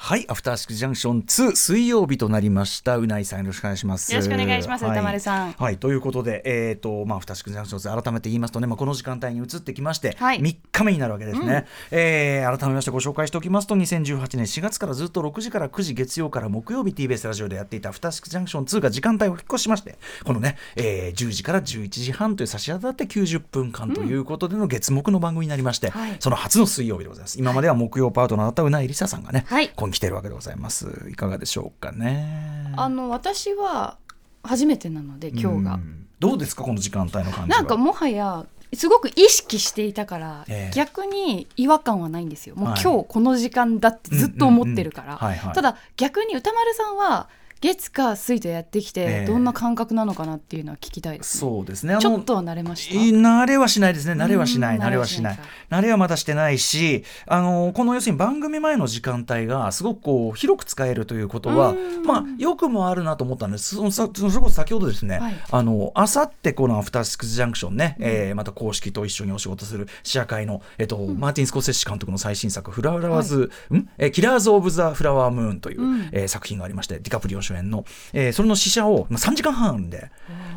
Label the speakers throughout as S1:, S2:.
S1: はい、アフターシックスジャンクション2水曜日となりました。うないさんよろしくお願いします。
S2: よろしくお願いします
S1: は
S2: 歌丸さん
S1: はい、ということで、えっ、と、まあ、アフターシックスジャンクション2改めて言いますとね、まあ、この時間帯に移ってきまして、
S2: はい
S1: 3日目になるわけですね。えー改めましてご紹介しておきますと、2018年4月からずっと6時から9時月曜から木曜日 TBS ラジオでやっていたアフターシックスジャンクション2が時間帯をお引っ越ししまして、このね、えー10時から11時半という差し当たって90分間ということでの月目の番組になりまして、
S2: はい
S1: その初の水曜日でございます。今までは木曜パートナーだったうないりささんがね、
S2: はい
S1: ここに来てるわけでございます。いかがでしょうかね。
S2: あの私は初めてなので今日
S1: う
S2: が
S1: んどうですかこの時間帯の感じは
S2: なんかもはやすごく意識していたから、
S1: ええ
S2: 逆に違和感はないんですよもう
S1: はい
S2: 今日この時間だってずっと思ってるから、
S1: うんうんうんはいはい
S2: ただ逆に歌丸さんは月火水とやってき
S1: え
S2: て
S1: え
S2: どんな感覚なのかなっていうのは聞きたいです、ね
S1: そうですねあの
S2: ちょっとは慣れました
S1: い慣れはしないですね慣れはしない
S2: うん
S1: 慣れはしない
S2: 慣れはし
S1: 慣れはまだしてないしあのこの要するに番組前の時間帯がすごくこう広く使えるということは
S2: うん
S1: まあよくもあるなと思ったんですそのさそれこそ先ほどですね
S2: はい
S1: あのあさってこの「アフターシックスジャンクションね」えーまた公式と一緒にお仕事する試写会のえっとマーティン・スコセッシ監督の最新作「フラワーズ・んえーキラーズ・オブ・ザ・フラワームーン」という
S2: うん
S1: えー作品がありましてディカプリオ主演のえーそれの試写をまあ3時間半あるんで。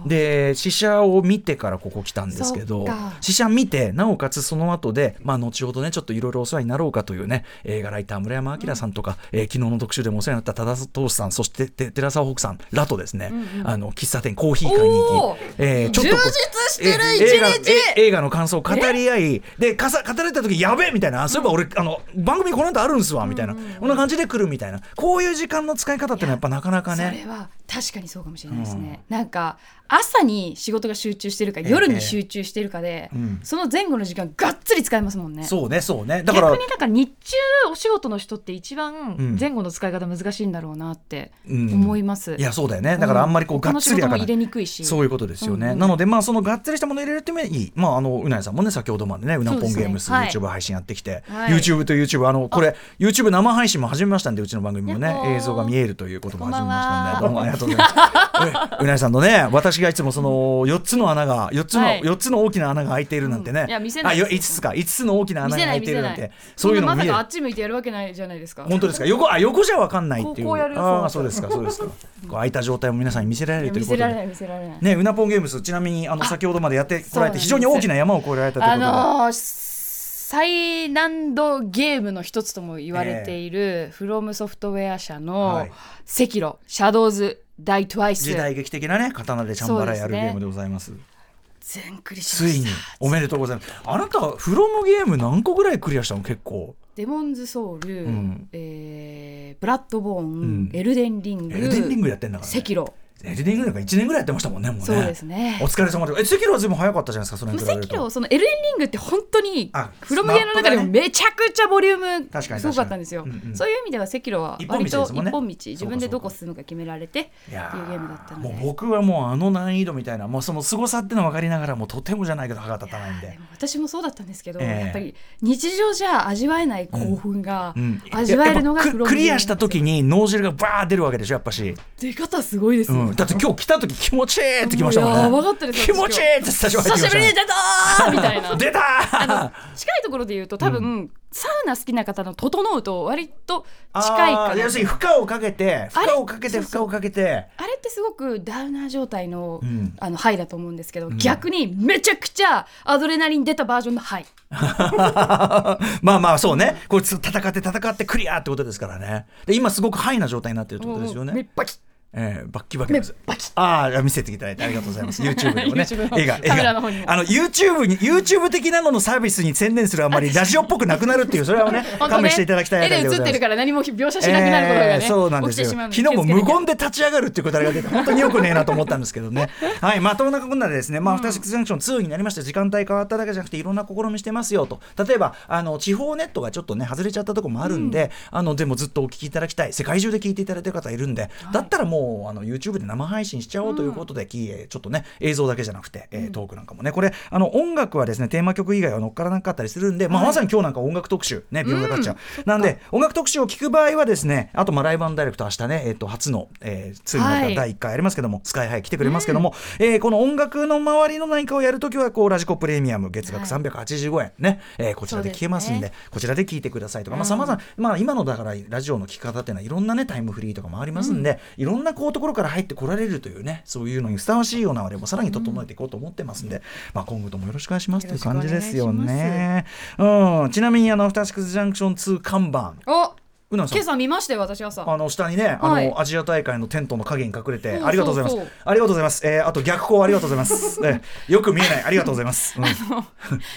S1: で試写を見てからここ来たんですけ
S2: そ
S1: ど
S2: っか
S1: 試写見てなおかつその後でまあ後ほどねちょっといろいろお世話になろうかというね映画ライター村山明さんとか、えー昨日の特集でもお世話になった多田投資さんそしてて寺澤北さんらとですね、あの喫茶店コーヒー会に行
S2: おー
S1: き、えーちょっとこう
S2: 充実してる
S1: えー映画の
S2: 一日
S1: え映画の感想を語り合いでかさ語られた時やべえみたいなあそういえば俺、あの番組この後あるんすわみたいな、こんな感じで来るみたいなこういう時間の使い方ってのはやっぱなかなかね。
S2: それは確かにそうかもしれないですね、なんか朝に仕事が集中してるか夜に集中してるかで、
S1: うん
S2: その前後の時間がっつり使えますもんね
S1: そうねそうねだから
S2: 逆になんか日中お仕事の人って一
S1: うん
S2: 番前後の使い方難しいんだろうなって
S1: うん
S2: 思います、
S1: いやそうだよねだからあんまりこうがっつり開
S2: 他の仕事も
S1: かな
S2: 入
S1: い
S2: れにくいし
S1: そういうことですよね、
S2: うんうん
S1: なのでまあそのがっつりしたものを入れるっていうのはいいまああのうなえさんもね先ほどまでねうなぽんゲームス、
S2: そうですね
S1: YouTube 配信やってきて、
S2: はい
S1: YouTube と YouTube あのこれ YouTube 生配信も始めましたんでうちの番組もね
S2: やっほー
S1: 映像が見えるということも始めましたんでど
S2: こ
S1: うんもありがとうございます うなえさんのね私がいつもその4つの穴が4つの、
S2: はい
S1: 4つの大きな穴が開いているなんてね、
S2: うんいや見せない
S1: あよ5つか5つの大きな穴が開いているなん
S2: 見せ
S1: て
S2: ない
S1: そういうのも
S2: んな
S1: 見える
S2: まさかあっち向いてやるわけないじゃないですか
S1: 本当ですか横あ横じゃわかんないっていう
S2: こうこうやる
S1: ああそ
S2: そう
S1: ですかそうですかこう空いた状態も皆さんに見せられる
S2: いや
S1: とい
S2: 見
S1: うこ
S2: せ
S1: と
S2: られな
S1: で。
S2: い見せられない、
S1: ね、うなぽんゲームスちなみにあの先ほどまでやってこられて非常に大きな山を越えられたという
S2: あ
S1: ことで
S2: のー最難度ゲームの一つとも言われている、フロムソフトウェア社
S1: はい
S2: の「赤炉シャドウズ・ダイ・トワイス
S1: 時」代劇的なね刀でチャンバラやるゲームでございます
S2: 全クリし
S1: つ
S2: ま
S1: い
S2: し
S1: に
S2: た
S1: おめでとうございますあなたフロムゲーム何個ぐらいクリアしたの結構
S2: デモンズ・ソウル、
S1: うん
S2: えーブラッド・ボー
S1: ん
S2: ン、エルデン・リング
S1: エルデンリングやってんだから、ね、
S2: 赤炉
S1: エルデンリングなんか1年ぐらいやってましたもんねもうね
S2: そうですね
S1: お疲れ様でえ赤炉は随分早かったじゃないですかそれに比べ
S2: 赤
S1: る
S2: 炉
S1: と
S2: そのエルデンリングって本当に
S1: あ
S2: フロムゲーの中でも
S1: マップが
S2: めちゃくちゃボリュ
S1: 確か
S2: ー
S1: に
S2: ムすごかったんですよ、
S1: 確かにうんうん
S2: そういう意味では赤炉は
S1: 一本道
S2: 割と
S1: ですもんね
S2: 一本道
S1: そう
S2: 自
S1: か
S2: 分でどこ進むか決められてって
S1: い
S2: いうゲ
S1: や
S2: ームだったので
S1: もう僕はもうあの難易度みたいなもうその凄さっての分かりながらもうとてもじゃないけど歯が立たないんで
S2: でも私もそうだったんですけど、
S1: ええ
S2: やっぱり日常じゃ味わえない興奮が
S1: うん
S2: 味わえるのが
S1: やっぱク
S2: フロムゲーム
S1: クリアした時に脳汁がバー出るわけでしょやっぱし、
S2: 出方すごいです
S1: う
S2: よ、
S1: ん、だって今日来た時気持ちいいってきましたもんね
S2: もうやばかったです
S1: 気持ちいいってスタジオ入っ
S2: 久
S1: てきま
S2: し
S1: した
S2: ぶり
S1: ね
S2: に出たーみ たいな
S1: 出たー
S2: 近いところで言うと多分、サウナ好きな方の整うと割と近い
S1: あ
S2: か
S1: ー
S2: な
S1: 要するに負荷をかけて負
S2: あれ
S1: 荷をかけて
S2: そう
S1: 負
S2: そ
S1: 荷をかけて
S2: あれってすごくダウナー状態の,、
S1: ん
S2: あのハイだと思うんですけど、逆にめちゃくちゃアドレナリン出たバージョンのハイ
S1: まあまあそうねこいつ戦って戦ってクリアってことですからねで今すごくハイな状態になってるってことですよ
S2: 目
S1: ね、
S2: バキッ
S1: えー、バッキバキ
S2: 目
S1: です
S2: バキッ
S1: ああ見せていただいてありがとうござい ます YouTube でもね
S2: YouTube の
S1: 映画映
S2: カメラの
S1: 画
S2: 方にも
S1: あの YouTube に YouTube 的なののサービスに専念するあまりラジオっぽくなくなるっていうそれはね
S2: 本当
S1: 勘
S2: ね
S1: 弁していただきたい
S2: 絵
S1: あたり
S2: で
S1: ござ
S2: 映っ
S1: いま
S2: て
S1: す
S2: るから何も描写しなくなることがね、
S1: えーそうなんで
S2: 起き
S1: す
S2: て
S1: よ
S2: しまうの
S1: 昨
S2: で
S1: 日も
S2: 気をつけな
S1: 無
S2: きゃ
S1: 言で立ち上がるっていうことだけ で本当によくねえなと思ったんですけどねはいまあそんなこんなでですねまあアフターシックスジャンクション2になりまして時間帯変わっただけじゃなくていろんな試みしてますよと例えばあの地方ネットがちょっとね外れちゃったとこもあるんで、あのでもずっとお聞きいただきたい世界中で聞いていただいてる方いるんで、だったらもうもうあの YouTube で生配信しちゃおうということで、きえーちょっとね映像だけじゃなくて、えートークなんかもねこれあの音楽はですねテーマ曲以外は乗っからなかったりするんで、まあ、まさに今日なんか音楽特集ねビヨンドカルチャー、なんで音楽特集を聞く場合はですねあとまあライブダイレクト明日ね、えー、と初の、えー、ツーム
S2: はい
S1: 第1回ありますけども、スカイハイ来てくれますけども、えーこの音楽の周りの何かをやるときはこうラジコプレミアム月額
S2: はい
S1: 385円、ね、えーこちらで聞けますん
S2: そう
S1: で
S2: で
S1: こちらで聞いてくださいとか、まあ、
S2: うん
S1: さまざま、まあ、今のだからラジオの聞き方っていうのはいろんなねタイムフリーとかもありますんで、いろんなこうところから入ってこられるというねそういうのにふさわしいようなあれもさらに整えていこうと思ってますんで、まあ、今後ともよろしくお願いしますという感じですよね。うん、ちなみにあの「アフターシックスジャンクション2」看板
S2: お
S1: うなさん
S2: 今朝見ましたよ私朝
S1: あの下にね、あの、
S2: はい
S1: アジア大会のテントの影に隠れて、
S2: そうそうそう
S1: ありがとうございます。ありがとうございます。えーあと逆光ありがとうございます。 えーよく見えない、ありがとうございます。 うん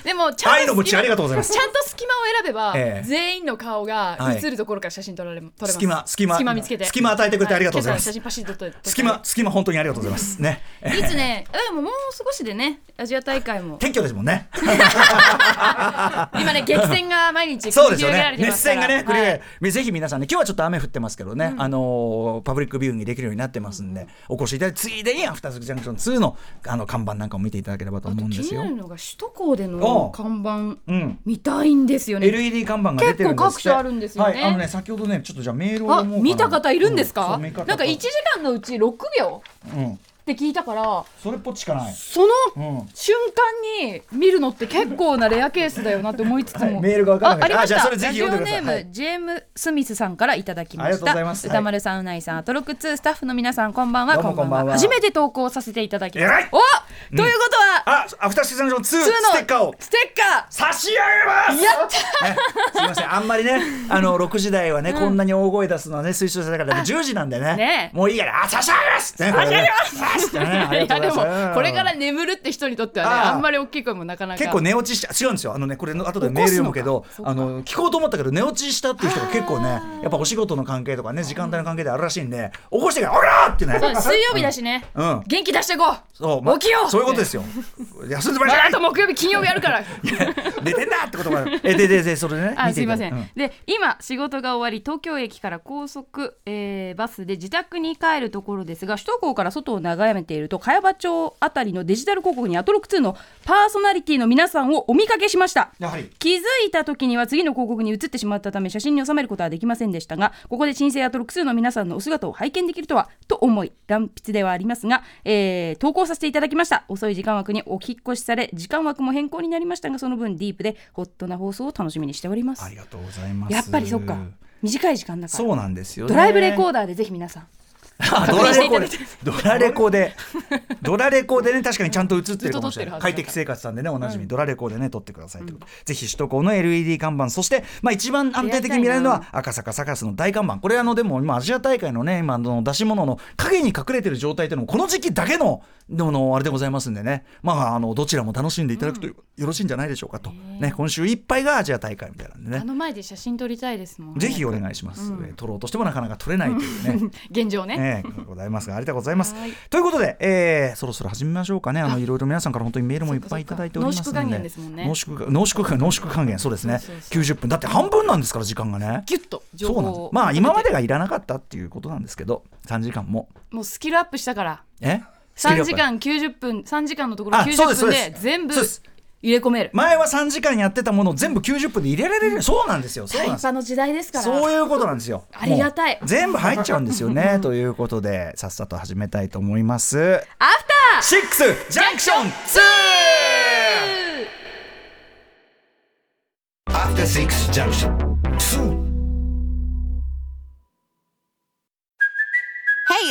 S2: でもちゃ
S1: 愛
S2: ん
S1: の
S2: と
S1: 鞭あり
S2: 隙
S1: がとうございま
S2: 間
S1: す
S2: ち。ゃんと隙間を選べば、
S1: ええ
S2: 全員の顔が
S1: はい
S2: 映るところから写真撮られ撮れます
S1: 隙間、隙間、
S2: 隙間見つけて
S1: 隙間与えてくれてありがとうございま
S2: は
S1: す。
S2: 今朝写真パシッと撮って
S1: 隙間、隙間、本当にありがとうございます。ね。え
S2: いつねあでももう少しでねアジア大会も
S1: ー撤去ですもんね。
S2: 今ね激戦が毎日
S1: そうで
S2: 繰り
S1: すよ
S2: 広げ
S1: ね
S2: られ。てま
S1: 熱
S2: す
S1: 戦
S2: から
S1: がね、繰り広げ
S2: はい
S1: ねぜひ皆さんね、今日はちょっと雨降ってますけどね、あのーパブリックビューイングできるようになってますんで、お越しいただいて、ついでにアフタースクジャンクション2のあの看板なんかも見ていただければと
S2: あと
S1: 思うん
S2: 気
S1: です
S2: に
S1: よ
S2: な。るのが首都高で
S1: お
S2: の
S1: う
S2: 看板
S1: うん。
S2: 見たいんですよね
S1: LED 看板が出てるんですって
S2: 結構各所あるんですよね
S1: はい、あのね先ほどねちょっとじゃあメールを
S2: あ
S1: 読もうかな
S2: 見た方いるんですか、
S1: うそう見た方
S2: なんか1時間のうち6秒
S1: うん
S2: って聞いたから
S1: それっぽっちしかない、
S2: その
S1: うん
S2: 瞬間に見るのって結構なレアケースだよなって思いつつも、
S1: はいメールがわからなかった
S2: あありまし
S1: あじ
S2: た
S1: ゃあそれぜひ読んで
S2: ラ
S1: くだ
S2: ジ
S1: さ
S2: オ
S1: い
S2: ネーム、ジェーム・スミスさんからいただきました
S1: ありがとうございます
S2: 歌丸さんうないさんアトロク2スタッフの皆さんこんばんは
S1: どうも
S2: こんば
S1: こんば
S2: んは
S1: んは
S2: 初めて投稿させていただきま
S1: 偉い
S2: すおということは、
S1: あアフターシーズンション2
S2: 普通の
S1: ステッカーを
S2: ステッカ
S1: 差し上げま
S2: ー
S1: す
S2: やった
S1: ねすみませんあんまりねあの6時台はね、こんなに大声出すのはね推奨されたから、ね、10時なんでね
S2: ね
S1: もういいからあ差し上げますね
S2: 差し上
S1: ま
S2: げ
S1: す、ねあり
S2: い
S1: が
S2: や
S1: と
S2: で
S1: うご
S2: も
S1: ざいます
S2: これから眠るって人にとってはね
S1: あ
S2: あ
S1: あ
S2: んまり大きい声もなかなか
S1: 結構寝落ちした違うんですよあのねこれの後でメール読むけど
S2: 起こすのか
S1: あの聞こうと思ったけど寝落ちしたっていう人が結構ねやっぱお仕事の関係とかね時間帯の関係であるらしいんで起こしてから「おら!」ってね
S2: そう水曜日だしね、
S1: うん
S2: 元気出していこう
S1: そう、ま
S2: 起きよう
S1: そういうことですよ休んでも
S2: ま
S1: ら
S2: だ
S1: え
S2: あと木曜日金曜日やるから
S1: 寝てんだってことがあるえでででそれでね
S2: あ
S1: 見
S2: す
S1: て
S2: い
S1: いた
S2: ま
S1: だ
S2: せん、
S1: うん
S2: で今仕事が終わり東京駅から高速、えーバスで自宅に帰るところですが首都高から外を眺めていると茅場町あたりのデジタル広告にアトロック2のパーソナリティの皆さんをお見かけしました
S1: やはり
S2: 気づいた時には次の広告に移ってしまったため写真に収めることはできませんでしたがここで新生アトロック2の皆さんのお姿を拝見できるとはと思い断筆ではありますが、えー投稿させていただきました遅い時間枠にお引っ越しされ時間枠も変更になりましたがその分ディープでホットな放送を楽しみにしております
S1: ありがとうございます
S2: やっぱりそっか短い時間だから
S1: そうなんですよね
S2: ドライブレコーダーでぜひ皆さん
S1: あド
S2: 確
S1: ラ
S2: 認して
S1: レ
S2: いた
S1: コ
S2: だい
S1: でドラ
S2: て
S1: レコでドラレ コでね確かにちゃんと映ってるかもしれな
S2: ずっと撮ってる
S1: い
S2: はずだから
S1: 快適生活さんでねおなじみ、ドラレコでね撮ってくださいということ、ぜひ首都高の LED 看板そして、まあ、一番安定的に見られるの
S2: 出
S1: は赤坂サカスの大看板これあのでも今アジア大会のね今あの出し物の影に隠れてる状態というのもこの時期だけのののあれでございますんでねまああのどちらも楽しんでいただくとよろしいんじゃないでしょうかと、ね今週いっぱいがアジア大会みたいなんでね
S2: あの前で写真撮りたいですもん
S1: ぜひお願いします、えー撮ろうとしてもなかなか撮れないというね
S2: 現状ね、
S1: ええことでございますが、ありがとうございます
S2: はい。
S1: ということで、えーそろそろ始めましょうかね。あの
S2: あ
S1: いろいろ皆さんから本当にメールもいっ
S2: そっか
S1: ぱ
S2: そ
S1: いい
S2: っか
S1: ただいておりますので、
S2: 濃縮還元ですもんね
S1: 濃縮が濃縮還濃縮還元、そうですね
S2: そうそう。そ
S1: 九十分だって半分なんですから時間がね。
S2: ギュッと情
S1: そう
S2: 報
S1: なんで
S2: を
S1: す。まあ今までがいらなかったっていうことなんですけど、三時間も
S2: もうスキルアップしたから
S1: え
S2: 3時間90分3時間のところ
S1: あそうです
S2: 90分
S1: そう
S2: で
S1: です
S2: 全部
S1: そうです
S2: 入れ込める
S1: 前は3時間やってたものを全部90分で入れられる、そうなんですよそう
S2: タ
S1: なん
S2: イ
S1: です
S2: パの時代ですから
S1: そういうことなんですよ。
S2: ありがたい
S1: もう全部入っちゃうんですよね。ということで、さっさと始めたいと思います。
S2: アフター
S1: シックスジャンクション 2!
S3: After Six Junction 2.
S4: Hey,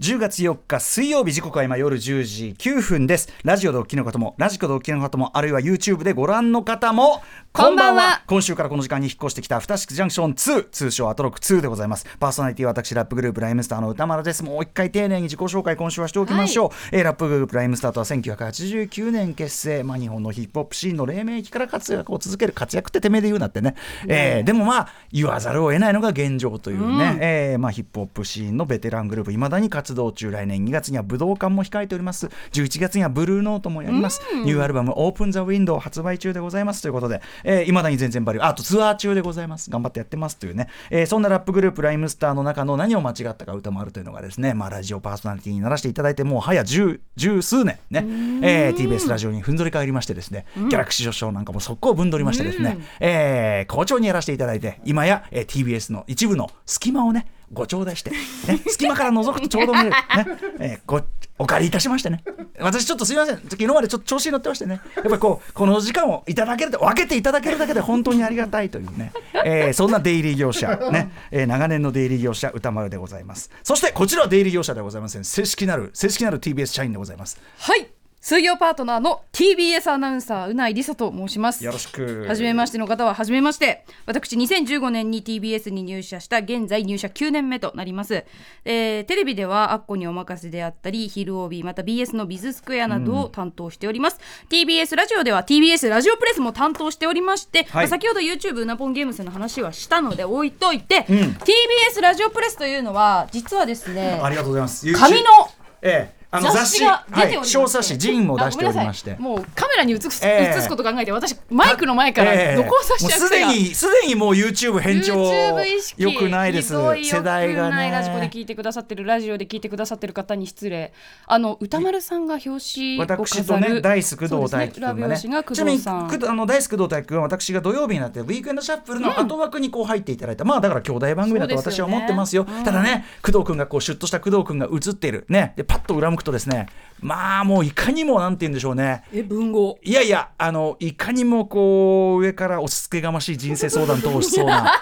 S1: 10月4日水曜日時刻は今夜10時9分ですラジオでお聞きの方もラジコでお聞きの方もあるいは YouTube でご覧の方も
S2: こんばんは
S1: 今週からこの時間に引っ越してきたアフターシックスジャンクション2通称アトロック2でございますパーソナリティは私ラップグループライムスターの歌丸ですもう一回丁寧に自己紹介今週はしておきましょう、えーラップグループライムスターとは1989年結成、まあ、日本のヒップホップシーンの黎明期から活躍を続ける活躍っててめえで言うなってね、えーでもまあ言わざるを得ないのが現状というね、えーまあ、ヒップホップシーンのベテラングループいまだに活動中来年2月には武道館も控えております11月にはブルーノートもやります、ニューアルバム「オープン・ザ・ウィンドウ」発売中でございますということでいま、えー未だに全然バリューああとツアー中でございます頑張ってやってますというね、えーそんなラップグループライムスターの中の何を間違ったか歌もあるというのがですね、まあ、ラジオパーソナリティにならせていただいてもう早十十数年ね、えー TBS ラジオにふんぞり返りましてですね、ギャラクシー賞なんかも速攻ぶんどりましてですね、えー好調にやらせていただいて今や、えー TBS の一部の隙間をねご頂戴して、ね、隙間から覗くとちょうど見える、ねえーごお借りいたしましてね私ちょっとすいません昨日までちょっと調子に乗ってましてねやっぱりこうこの時間をいただけると分けていただけるだけで本当にありがたいというね、えーそんな出入り業者、ねえー長年の出入り業者歌丸でございますそしてこちらは出入り業者ではございません正式なる正式なる TBS 社員でございます
S2: はい水曜パートナーの TBS アナウンサーうないりさと申します
S1: よろしく
S2: はじめましての方ははじめまして私2015年に TBS に入社した現在入社9年目となります、えーテレビでは「アッコにお任せ」であったり「昼帯」また BS の「ビズスクエア」などを担当しております、TBS ラジオでは TBS ラジオプレスも担当しておりまして、まあ先ほど YouTube うなぽんゲームズの話はしたので置いといて、TBS ラジオプレスというのは実はですね
S1: ありがとうございます
S2: 紙の
S1: ええあの雑
S2: 雑
S1: 誌
S2: 誌が出ておりま
S1: はい、
S2: して、
S1: 小冊子ジンを出しておりまし
S2: あ
S1: て
S2: ごめんなさいもうカメラに映す、
S1: ええ
S2: 映すこと考えて私マイクの前から録音させちゃう
S1: もうす
S2: 癖
S1: で
S2: が
S1: にすでにもう YouTube 偏重
S2: YouTube 意識
S1: よくないです
S2: ひどい
S1: 世代
S2: よ
S1: が
S2: くないラジコで
S1: ね
S2: 聞いてくださってるラジオで聞いてくださってる方に失礼あの歌丸さんが表紙を飾る
S1: 私とね大工藤
S2: そう
S1: 大
S2: です
S1: 輝
S2: ね裏
S1: 君がね
S2: 表紙が
S1: ち
S2: 工
S1: なみ
S2: 藤
S1: に
S2: さん
S1: 工藤あの大工藤大輝君は私が土曜日になってウィークエンドシャッフルの後枠にこう入っていただいた、まあだから兄弟番組だと
S2: そうです
S1: 私は
S2: よね
S1: 思ってますよただね工藤君がこうシュッとした工藤君が映っているねでパッと裏向くとですねまあもういかにもなんて言うんでしょうね
S2: え文豪
S1: いやいや、あの、いかにもこう、上から押し付けがましい人生相談通しそう な。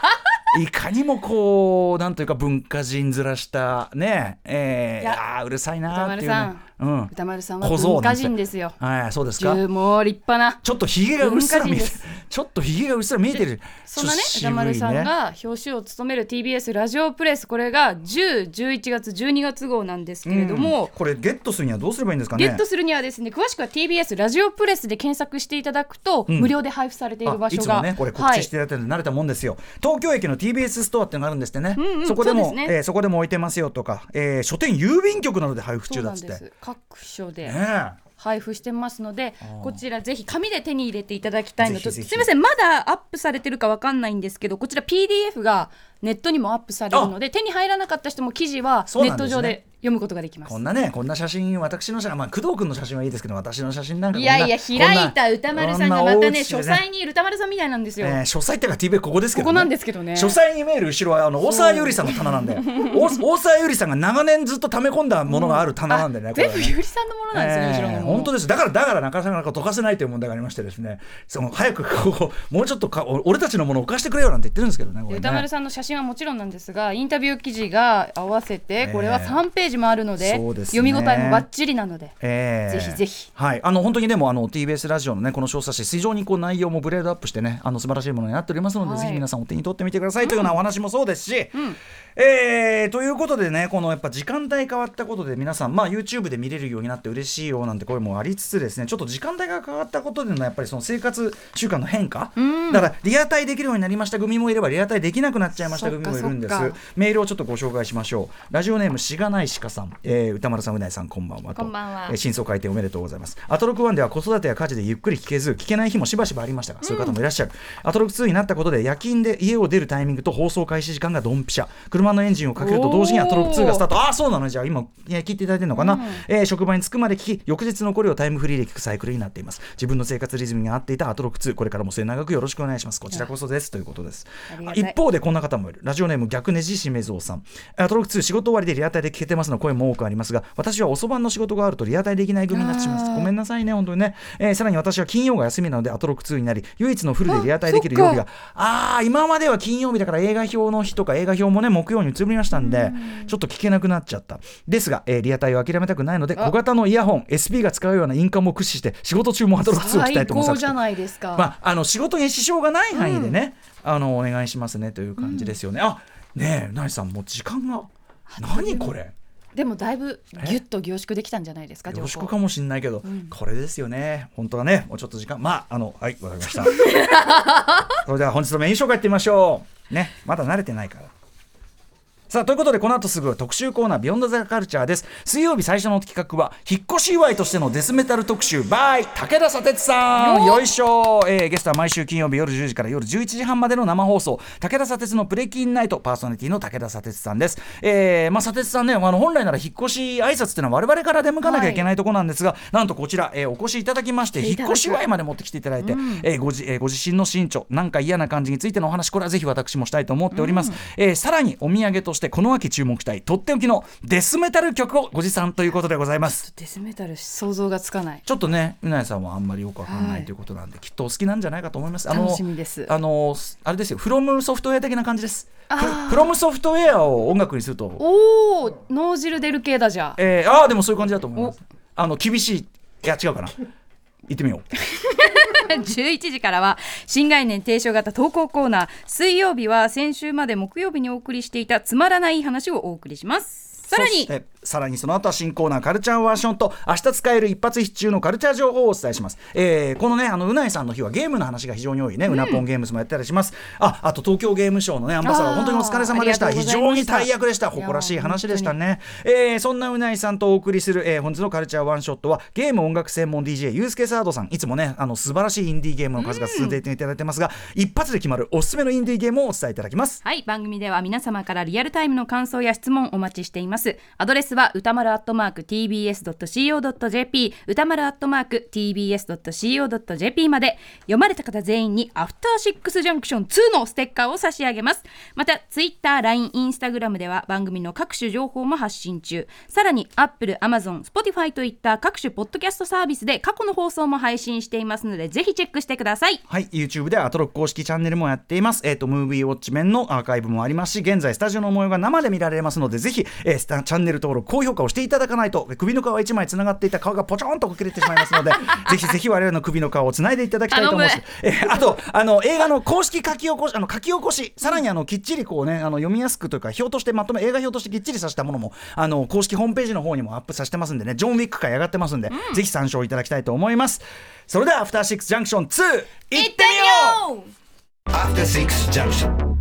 S1: いかにもこう、なんというか文化人ずらした、ね、え
S2: い
S1: ー、
S2: や
S1: ああー、うるさい
S2: 歌
S1: なーって
S2: 丸
S1: いう
S2: さ
S1: ね
S2: ん。
S1: うん。
S2: 歌丸さんは
S1: 小僧な
S2: 文化
S1: んて
S2: 人ですよ
S1: はい、そうですか。
S2: 十もう立派な
S1: ちょっとひげがうっすら見え
S2: 文
S1: て
S2: 化人です、
S1: ちょっとひげがうっすら見えてる。
S2: そんなね
S1: ちょっと渋
S2: 歌
S1: い
S2: 丸さん
S1: ね
S2: が表紙を務める TBS ラジオプレスこれが10、11月、12月号なんですけれども、
S1: これゲットするにはどうすればいいんですかね。
S2: ゲットするにはですね詳しくは TBS ラジオプレスで検索していただくと、無料で配布されている
S1: あ
S2: 場
S1: い
S2: 所
S1: つも
S2: が
S1: ねこれ告知してやってるの慣れたもんですよ、東京駅の TBS ストアっていうのがあるんですってね、
S2: んうん
S1: そこでも
S2: そうですね
S1: えーそこでも置いてますよとか、えー書店郵便局などで配布
S2: そ
S1: 中
S2: う
S1: だ
S2: な
S1: っ
S2: ん
S1: つって
S2: で
S1: ね
S2: す各所で
S1: え
S2: 配布してますので、こちらぜひ紙で手に入れていただきたいの
S1: ぜ
S2: と
S1: ひぜひ
S2: すみませんまだアップされてるかわかんないんですけどこちら PDF がネットにもアップされるので手に入らなかった人も記事は
S1: そう
S2: ネ
S1: な
S2: ッ
S1: んですね
S2: ト上で読むことができます
S1: こんなねこんな写真私の写真まあ工藤君の写真はいいですけど私の写真なんかこ
S2: い
S1: んな
S2: やいや開いた歌丸さんがまたね書斎
S1: に
S2: にいる歌丸さんみたいなんですよ、
S1: えー書斎っていうか TBS ここですけど、ね、
S2: ここなんですけどね
S1: 書斎に見える後ろはあの大沢ゆりさんの棚なんで大大沢ゆりさんが長年ずっと溜め込んだものがある棚なんでね、これ
S2: 全
S1: は
S2: 部
S1: ね
S2: ゆりさんのものなんですよ、ね、後ろの
S1: えー
S2: もの
S1: 本当ですだからだからなかなか溶かせないという問題がありましてですねその早くこうもうちょっとかお俺たちのものを貸してくれよなんて言ってるんですけどねこれね
S2: 歌丸さんの写真はもちろんなんですがインタビュー記事が合わせてこれは
S1: ええ
S2: 3ページもあるので,、
S1: そうですね
S2: 読み応えもばっちりなので、
S1: えー
S2: ぜひぜひ
S1: はい、あの本当にでもあの TBS ラジオのねこの小冊子非常にこう内容もブレードアップしてねあの素晴らしいものになっておりますので、
S2: はい
S1: ぜひ皆さんお手に取ってみてくださいというようなお話もそうですし、えーということでねこのやっぱ時間帯変わったことで皆さんまあ YouTube で見れるようになって嬉しいよなんて声もありつつですねちょっと時間帯が変わったことでのやっぱりその生活習慣の変化、だからリアタイできるようになりました組もいればリアタイできなくなっちゃいました組もいるんです
S2: そっかそっか
S1: メールをちょっとご紹介しましょうラジオネームしがないしかさん、えー歌丸さんうないさんこんばんはと
S2: こんばんは
S1: えー真相回転おめでとうございますアトロク1では子育てや家事でゆっくり聞けず聞けない日もしばしばありましたがそういう方もいらっしゃる、アトロク2になったことで夜勤で家を出るタイミングと放送開始時間がドンピシャ車のエンジンをかけると同時にアトロク2がスタートああーそうなのじゃあ今、えー聞いていただいてるのかな、えー職場に着くまで聞き翌日残りをタイムフリーで聞くサイクルになっています自分の生活リズムに合っていたアトロク2これからも末永くよろしくお願いしますこちらこそですということです
S2: ありがたい
S1: 一方でこんな方もいるラジオネーム逆ネジしめぞうさんアトロク2仕事終わりでリアタイで聞けてますの声も多くありますが私は遅番の仕事があるとリアタイできない組になってしまいます
S2: あー
S1: ごめんなさいね本当にね、えーさらに私は金曜が休みなのでアトロック2になり唯一のフルでリアタイできる曜日
S2: あ
S1: が
S2: そ
S1: ああー今までは金曜日だから映画表の日とか映画表もね木曜に移りましたんでちょっと聞けなくなっちゃったですが、えーリアタイを諦めたくないので小型のイヤホン SP が使うようなインカムを駆使して仕事中もアトロック2を着たい
S5: 最
S1: と思いま
S5: 高
S1: す
S5: じゃないですか、
S1: まあ、あの仕事に支障がない範囲でね、あのお願いしますねという感じですよね。あねえ、なにさん、もう時間が、何これ、
S5: でもだいぶギュッと凝縮できたんじゃないですか
S1: よろしく
S5: 情
S1: か
S5: 報
S1: もしんないけど、これですよね、本当はね、もうちょっと時間、まあ、あの、はい、わかり ました。それでは本日のメイン紹介いってみましょう。ね、まだ慣れてないから。さあということでこの後すぐ特集コーナー「ビヨンド・ザ・カルチャー」です水曜日最初の企画は引っ越し祝いとしてのデスメタル特集 by 武田砂鉄さんよいしょ、えーゲストは毎週金曜日夜10時から夜11時半までの生放送武田砂鉄の「プレキンナイト」パーソナリティの武田砂鉄さんです、えーまあ、砂鉄さんねあの本来なら引っ越し挨拶っていうのは我々から出向かなきゃいけないところなんですが、なんとこちら、えーお越しいただきまして引っ越し祝いまで持ってきていただいて、えーごじえーご自身の身長なんか嫌な感じについてのお話これはぜひ私もしたいと思っております、えーさらにお土産としてこの秋注目したいとっておきのデスメタル曲をご持参ということでございます
S5: デスメタル想像がつかない
S1: ちょっとねうなやさんはあんまりよくわかんな
S5: はいい
S1: ということなんで、きっとお好きなんじゃないかと思います
S5: 楽しみです
S1: あのすあれですよフロムソフトウェア的な感じです
S5: あ
S1: フ
S5: ー
S1: フロムソフトウェアを音楽にすると
S5: おお脳汁出る系だじゃあ
S1: えー、ああでもそういう感じだと思いますあの厳しいいや違うかな行ってみよう
S2: 11時からは新概念提唱型投稿コーナー水曜日は先週まで木曜日にお送りしていたつまらない話をお送りしますさら
S1: そ
S2: に
S1: してさらにその後は新コーナーカルチャーワーションと明日使える一発必中のカルチャー情報をお伝えします、えーこのねあのうないさんの日はゲームの話が非常に多いね、うなぽんゲームスもやったりしますああと東京ゲームショウのねアンバサダー
S5: あー
S1: 本当にお疲れ様でした
S5: ありが
S1: 非
S5: とうございま
S1: 常に
S5: した
S1: 大役でした誇らしい話でしたね、えーそんなうないさんとお送りする、えー本日のカルチャーワンショットはゲーム音楽専門 DJ ユースケサードさんいつもねあの素晴らしいインディーゲームの数々進んでいただいてますが、一発で決まるおすすめのインディーゲームをお伝えいただきます
S2: はい番組では皆様からリアルタイムの感想や質問お待ちしていますアドレスは歌丸アットマーク tbs.co.jp 歌丸アットマーク tbs.co.jp まで読まれた方全員にアフターシックスジャンクション2のステッカーを差し上げますまた Twitter、LINE、Instagram では番組の各種情報も発信中さらに Apple、Amazon、Spotify といった各種ポッドキャストサービスで過去の放送も配信していますのでぜひチェックしてください
S1: はい、YouTube ではアトロック公式チャンネルもやっています。えっ、と、ムービーウォッチメンのアーカイブもありますし、現在、スタジオの模様が生で見られますので、ぜひ、えースタチャンネル登録、高評価をしていただかないと、首の皮1枚つながっていた皮がポチョンと切れてしまいますので、ぜひぜひ我々の首の皮をつないでいただきたいと思います
S2: 頼。
S1: えーあと、あの、映画の公式書き起こし、あの、書き起こし、さらにあの、きっちりこうね、あの、読みやすくというか、表としてまとめ、映画表としてきっちりさせたものも、あの、公式ホームページの方にもアップさせてますんでね、ジョン・ウィック会上がってますんで、ぜひ参照いただきたいと思います。それでは、アフターシックスジャンクション2、いってみよう
S3: After Six Junction.